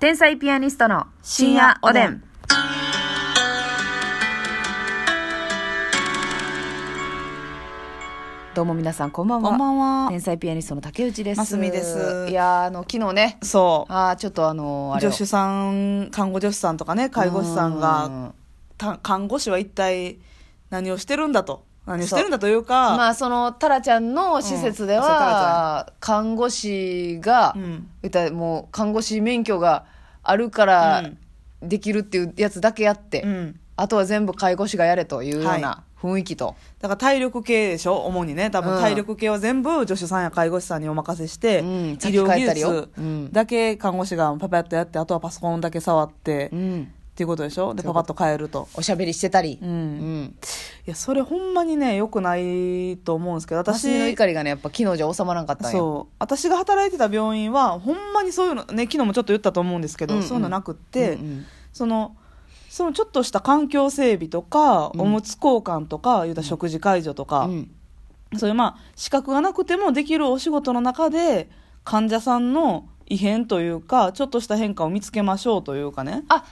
天才ピアニストの深夜おでん。どうも皆さんこんばんは。こんばんは天才ピアニストの竹内です。ますみですいやーあの昨日ね、そう。あーちょっとあのーあれを助手さん、看護助手さんとかね、介護士さんが、うた看護師は一体何をしてるんだと。何をしてるんだというか、まあそのタラちゃんの施設でうんそうタは、看護師が、うん言ったらもう看護師免許があるからできるっていうやつだけやって、うん。あとは全部介護士がやれというようなは雰囲気と、だから体力系でしょ主にね。多う分ん体力系は全部助手さんや介護士さんにお任せして、うん医療技先帰ったりよう術んだけ看護師がパパッとやって、あとはパソコンだけ触って、うっん、ていうことでしょで、パパッと変えると。おしゃべりしてたり、うんうん、いや、それほんまにね、良くないと思うんですけど、私私、の怒りがねやっぱ昨日じゃ収まらんかったんやそう私が働いてた病院はほんまにそういうのね昨日もちょっと言ったと思うんですけど、うんうんそういうのなくって、うんうんそのそのちょっとした環境整備とか、うんおむつ交換とか言うたら食事介助とか、うんそういうまあ資格がなくてもできるお仕事の中で患者さんの異変というかちょっとした変化を見つけましょうというかねあ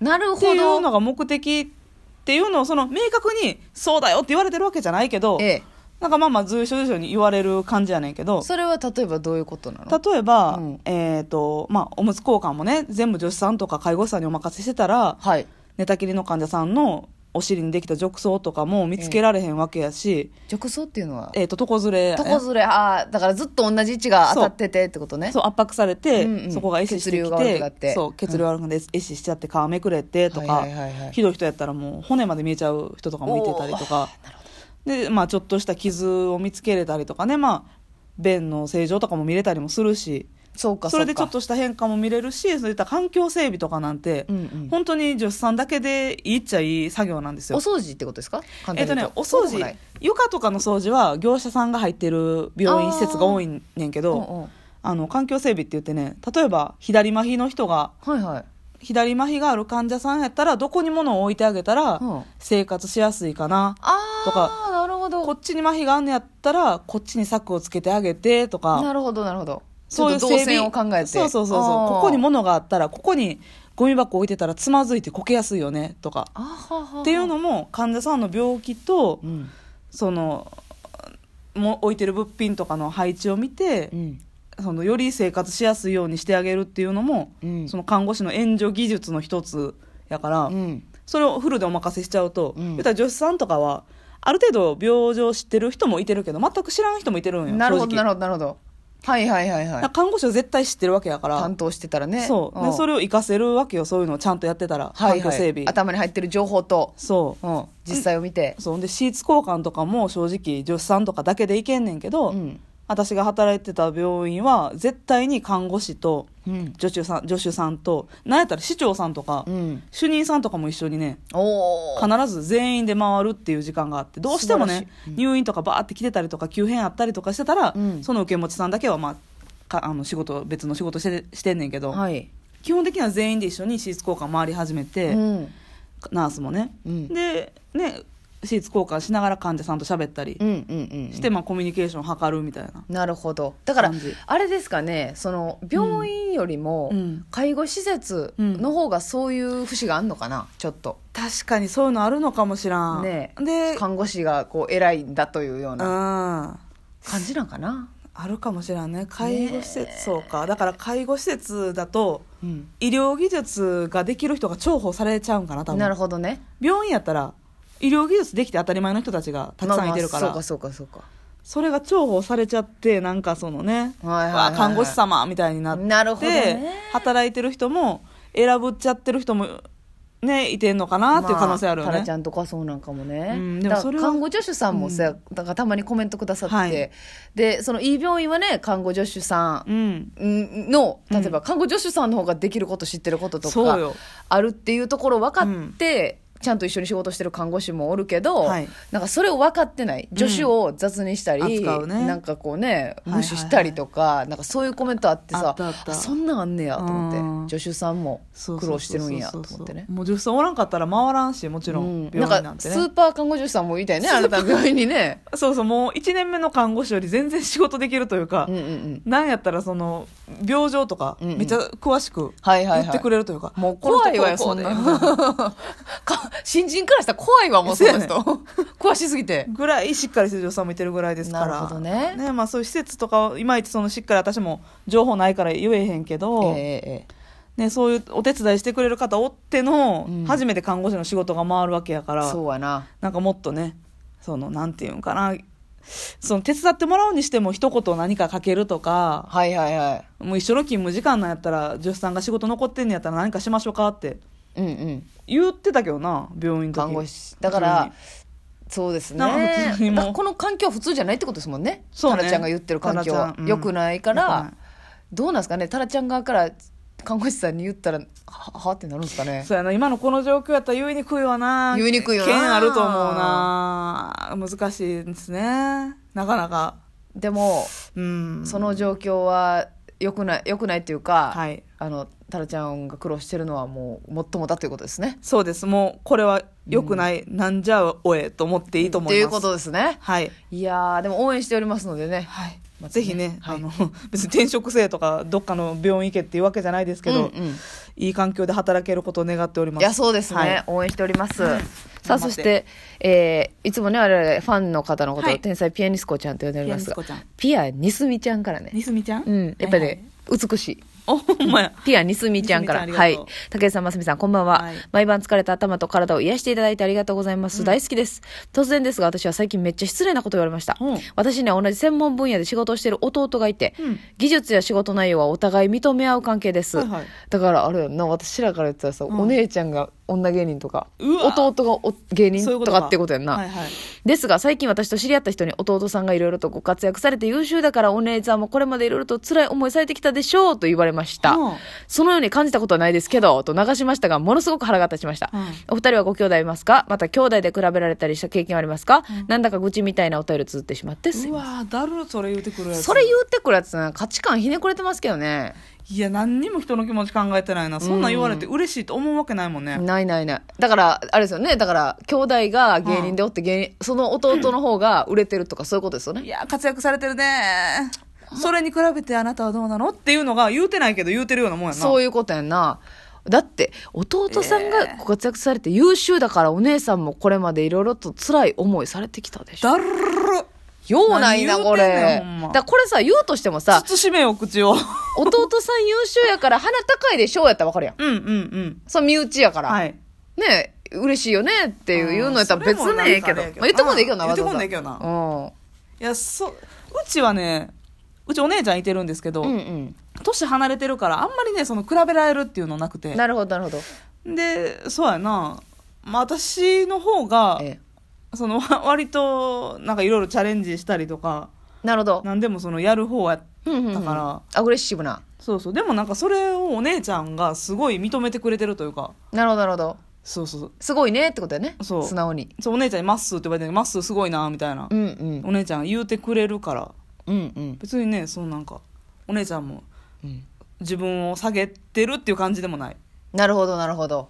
なるってほいうのどが目的っていうのをその明確にそうだよって言われてるわけじゃないけど、ええなんかまあまあ随所随所に言われる感じやねんけどそれは例えばどういうことなの例えば、うんえっ、と、まあ、おむつ交換もね、全部助手さんとか介護士さんにお任せしてたら、はい寝たきりの患者さんのお尻にできた褥瘡とかも見つけられへんわけやし、褥瘡っていうのはえっ、と、床ずれやね、床ずれああだからずっと同じ位置が当たっててってことねそう、圧迫されて、うんうんそこが壊死して血流き、が悪くなっててそう、血流悪くなって、壊死しちゃって皮めくれてとか、はいはいはいはいひどい人やったらもう骨まで見えちゃう人とかもいてたりとか、で、まあ、ちょっとした傷を見つけれたりとかね、まあ、便の正常とかも見れたりもするし、そうかそうかそれでちょっとした変化も見れるしそういった環境整備とかなんて、うんうん本当に助手さんだけでいいっちゃいい作業なんですおよ。掃除ってことですか簡えっ単にと言ねう、お掃そうでもな除い床とかの掃除は業者さんが入ってる病院あー施設が多いねんけどうんうんあの環境整備って言ってね例えば左麻痺の人がはいはい左麻痺がある患者さんやったらどこに物を置いてあげたらうん生活しやすいかな、ああとかなるほどこっちに麻痺があんのやったらこっちに柵をつけてあげてとかなるほどなるほどそういうちょっと動線を考えてそうそうそうそうあーここに物があったらここにゴミ箱置いてたらつまずいてこけやすいよねとかあはははっていうのも患者さんの病気とうんそのも置いてる物品とかの配置を見てうんそのより生活しやすいようにしてあげるっていうのも、うんその看護師の援助技術の一つやから、うんそれをフルでお任せしちゃうと、うん言うたら助手さんとかはある程度病状知ってる人もいてるけど全く知らん人もいてるんよなるほどな正直るほどなるほどはいはいはいだはからい看護師は絶対知ってるわけやから担当してたらねそう。で、それれを活かせるわけよ。そういうのをちゃんとやってたら。はいは環境整い備。頭に入ってる情報とそうん実際を見てう。そう。で、シーツ交換とかも正直、助手さんとかだけでいけんねんけど、うん私が働いてた病院は、絶対に看護師と、うん助手さん、助手さんと、なんやったら市長さんとか、うん主任さんとかも一緒にね、おお必ず全員で回るっていう時間があって、どうしても素晴ねら、入院とかバーって来てたりとか、急変あったりとかしてたら、うんその受け持ちさんだけは、まあ、かあの仕事、別の仕事してしてんねんけど、はい基本的には全員で一緒にシーツ交換回り始めて、うんナースもね、うんでねシーツ交換しながら患者さんと喋ったりうんうんうんして、まあ、コミュニケーションを図るみたいな、なるほどだから感じあれですかねその病院よりもうん介護施設の方がそういう節があんのかなちょっと確かにそういうのあるのかもしらんねえでうん看護師がこう偉いんだというようなあ感じなんかな、るかもしらんね介護施設、ねえそうかだから介護施設だとうん、医療技術ができる人が重宝されちゃうんかな多なる分ほどね病院やったら医療技術できて当たり前の人たちがたくさんいてるから、まあまあそうかそうかそれが重宝されちゃってなんかそのね、はいはいはいはいわあ看護師様みたいになそうかってなるほどでね働いてる人も選ぶっちゃってる人もねいてんのかなっていう可能性あるよまタねラ、ちゃんとかそうなんかもね、うんでもそれはだから看護助手さんもさ、だからたまにコメントくださって、はいでそのいい病院はね看護助手さんうんの例えば看護助手さんの方ができること知ってることとそうかよあるっていうところ分かって、ちゃんと一緒に仕事してる看護師もおるけど、はいなんかそれを分かってない助手を雑にしたり、扱うねなんかこうねいはいはい無視したりとか、なんかそういうコメントあってあさったあったそんなんあんねやと思うっんて助手さんもそうそうそうそう苦労してるんやと思ってね。もう助手さんおらんかったら回らんしもちろんうん、病な院んなかんスてね、ーパー看護助手さんもいたよねあなた病院にね、そうそうもう1年目の看護師より全然仕事できると いうかうん、うんうん、なんやったらその病状とかうんうんめっちゃ詳しくはいはいは言いってくれるというか、もう怖いわよこそんれな とこうこうでみたいか新人からしたら怖いわもうそのそ人詳しすぎてぐらいしっかり施錠さんもいてるぐらいですからなるほどねまあ、そういう施設とかはいまいちそのしっかり私も情報ないから言えへんけえど、えええね、そういうお手伝いしてくれる方おっての、うん初めて看護師の仕事が回るわけやからそうやななんかもっとねそのなんていうんかなその手伝ってもらうにしても一言何かかけるとかはいはいはもう一緒の勤務時間なんやったら助手さんが仕事残ってんのやったら何かしましょうかっていうんうん言ってたけどな病院の時看護師だからそうですねなんか普通にもうだからこの環境は普通じゃないってことですもんねそうねタラちゃんが言ってる環境タラはちゃんうんよくないか良くならいどうなんですかねタラちゃん側から看護師さんに言ったらははってなるんですかねそうやな今のこの状況やったら言いにくいわな言いにくいよな剣あると思うな難しいですねなかなかでもうんその状況はよくないよくないっていうか、はいあのタラちゃんが苦労してるのはもうもっともだということですねそうですもうこれは良くない、なんじゃおえと思っていいと思いまっすていうことですねはい、いやーでも応援しておりますのでねはいまたねぜひね、はいあの 別に転職生とかどっかの病院行けっていうわけじゃないですけど、うんうんいい環境で働けることを願っておりますいやそうですね、はい応援しております、うんさあ頑張そってして、えーいつもね我々ファンの方のことを、はい天才ピアニスコちゃんと呼んでおりますがピアニスコちゃんピアニスミちゃんからねにすみちゃんうんやっぱりね、はいはい美しいお ほんまやピアニスミちゃんから。ニスミちゃんはありいがとう。竹内さん、ますみさん、こんばんは、はい毎晩疲れた頭と体を癒していただいてありがとうございます。大好きです。突然ですが、私は最近めっちゃ失礼なことを言われました。うん私には同じ専門分野で仕事をしている弟がいて、うん技術や仕事内容はお互い認め合う関係です。はいはいだから、あれやんな、私らから言ったらさ、んお姉ちゃんが女芸人とか、うわ弟がお芸人そういうことかってことやんな。はいはいですが最近私と知り合った人に弟さんがいろいろとご活躍されて優秀だからお姉ちゃんもこれまでいろいろと辛い思いされてきたでしょうと言われました、うんそのように感じたことはないですけどと流しましたがものすごく腹が立ちました、うんお二人はご兄弟いますかまた兄弟で比べられたりした経験はありますか、なんだか愚痴みたいなお便りを綴ってしまってすいうまわだるそれ言うてくるやせんつそれ言ってくるやつな価値観ひねくれてますけどねいや何にも人の気持ち考えてないなそんなん言われて嬉しいと思うわけないもんね、ないないないだからあれですよねだから兄弟が芸人でおって芸人、その弟の方が売れてるとかそういうことですよね、いや活躍されてるねそれに比べてあなたはどうなのっていうのが言うてないけど言うてるようなもんやなそういうことやんな。だって、弟さんがご活躍されて優秀だから、お姉さんもこれまでいろいろと辛い思いされてきたでしょ。だるるようないな、何こ言うてんねれ。んほんまだからこれさ、言うとしても さ、慎めよ口を弟さん優秀やから、鼻高いでしょうやったらわかるやん。うんうんうんその身内やから。はいねえ、嬉しいよねっていう言うのやったら別うんそれもにええけど。なんまかあ、言っあれやてけどこんでいいけどな、うんわざわ言ざ。ってこんでいいけうん。いやそううちはねうちお姉ちゃんいてるんですけど、うん年離れてるからあんまりねその比べられるっていうのなくうてん。なるほど、なるほど。でそうやな、まあ、私の方がええそのわ割となんかいろいろチャレンジしたりとかなるほど。何でもそのやる方やっうんうんうんだからアグレッシブな。そうそうでもなんかそれをお姉ちゃんがすごい認めてくれてるというかなるほど、なるほど。そうそうすごいねってことやね。そう素直に。そうお姉ちゃんに「まっすー」って言われてる「まっすーすごいな」みたいな、うんうん。お姉ちゃんが言うてくれるからうんうん。別にねそのなんかお姉ちゃんもうん自分を下げてるっていう感じでもないなるほどなるほど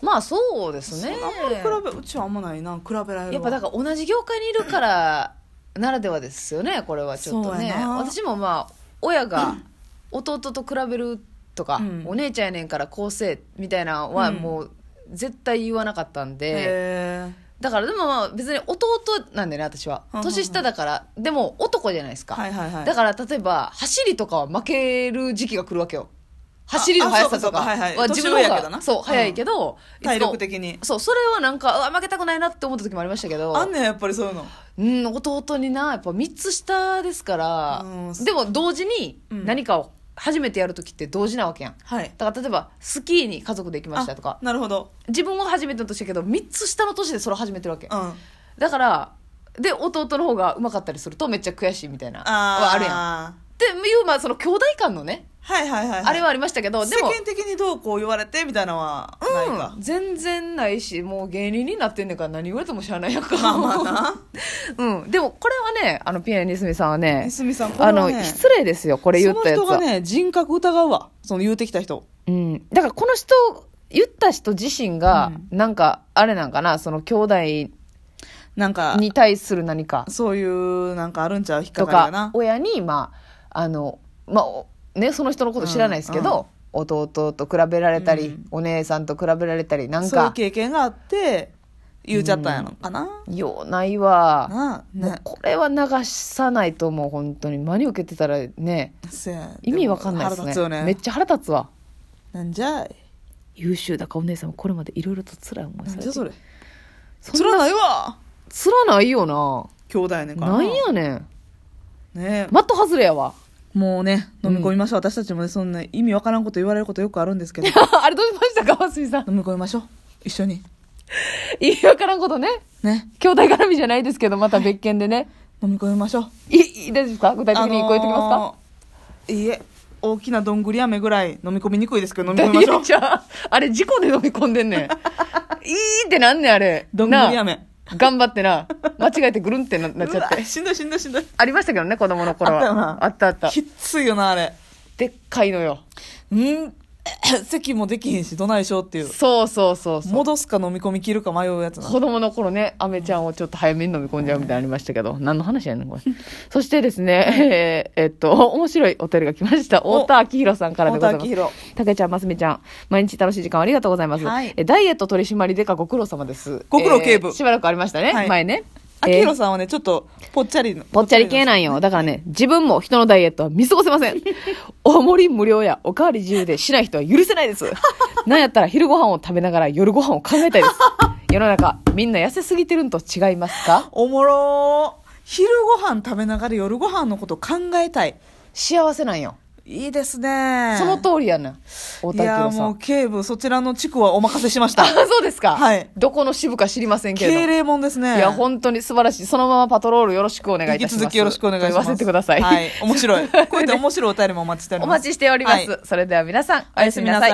まあそうですねあんまり比べうちはあんまないな比べられるわやっぱだから同じ業界にいるからならではですよねこれはちょっとねそうやな私もまあ親が 弟と比べるとか、うんお姉ちゃんやねんからこうせえみたいなのはうんもう絶対言わなかったんで、へだからでもまあ別に弟なんでね私はうんうんうん年下だからでも男じゃないですーか、はいはいはいだかから例えば走りとかは負ける時期が来るわけよ走りの速さとかああそうかそうかはいはいは自分の年上や方けどがなそう速いけど、いつも体力的にそうそれはなんかうわ負けたくないなって思った時もありましたけどあんねんやっぱりそういうのうん弟になやっぱ3つ下ですから、うんでも同時にうん何かを初めてやる時って同時なわけやんはいだから例えばスキーに家族で行きましたとかあなるほど自分は初めての年やけど3つ下の年でそれ始めてるわけうんだからで弟の方がうまかったりするとめっちゃ悔しいみたいなあはあるやんんっていうまあその兄弟間のねはいはいはいいあれはありましたけど、で世も、間的にどうこう言われてみたいなのはないか、うん、全然ないし、もう芸人になってんねんから何言われても知らないやんか。まあまあな うん。でも、これはね、あの、ピアニスミさんはね え、すみさんこれあは、の、ね、失礼ですよ、これ言ったやつその人は。がね人格疑うわその言うてきた人うん。だから、この人、言った人自身が、なんか、あれなんかな、その、兄なんか弟に対する何か、そういうなんかあるんちゃう引っかとかりがかな、親に、まあ、あの、まあ、おね、その人のこと知らないですけど、弟と比べられたり、うんお姉さんと比べられたり、なんそういうか、経験があって言うちゃったんやろかな、ようないわ。なあもうねこれは流さないともう本当に真に受けてたらねせや意味わかんないですも腹ね立つよねめっちゃ腹立つわなんじゃい優秀だからお姉さんもこれまでいろいろと辛い思いなさんれじてゃそれそつんらなないわ辛ないよな兄弟やねんからなんやねんね的外れやわ もうね飲み込みましょう、私たちもねそんな意味わからんこと言われることよくあるんですけどあれどうしましたか鷲見さん飲み込みましょう一緒に意味わからんことねね兄弟絡みじゃないですけどまた別件でね飲み込みましょういいい大丈夫ですか具体的に超えてきますか、あのーいいえ大きなどんぐり飴ぐらい飲み込みにくいですけど飲み込みましょう大 じゃああれ事故で飲み込んでんねんいいってなんねんあれ どんぐり飴なあ頑張ってな間違えてぐるんってななっちゃってうわしんどいしんどいしんどいありましたけどね、子供の頃は。あったよなあったあったきっついよなあれでっかいのよ。うん咳もできへんしどないしょうっていうそうそうそうそう。戻すか飲み込み切るか迷うやつな子供の頃ね、アメちゃんをちょっと早めに飲み込んじゃうみたいなのありましたけど、何の話やねん、 これ。そしてですね、 えーえっと、面白いお便りが来ました。お太田明宏さんからでございます太田明。たけちゃん、ますみちゃん、毎日楽しい時間をありがとうございます。はいえダイエット取り締まりでかご苦労様です。ご苦労警部えーしばらくありましたね、はい前ね。あえきーひろさんはねちょっとぽっちゃりのぽっちゃり系なんよ。だからね、自分も人のダイエットは見過ごせませ ん。おもり無料やおかわり自由でしない人は許せない です。なんやったら昼ご飯を食べながら夜ご飯を考えたいで す。世の中、みんな痩せすぎてるんと違いますかおもろー昼ご飯食べながら夜ご飯のこと考えたい幸せなんよ。いいですねその通りやな。大い田や明さ。もうん警部そちらの地区はお任せしましあ、たそうですか。はいどこの支部か知りませんけれど敬。礼もんですねいや、本当に素晴らしい。そのままパトロールよろしくお願いいた引きします。続きよろしくお願いします忘れてください。はい面白いこういった面白いお便りもお待ちしておりおます待ちしております。はいそれでは皆さん、おやすみなさい。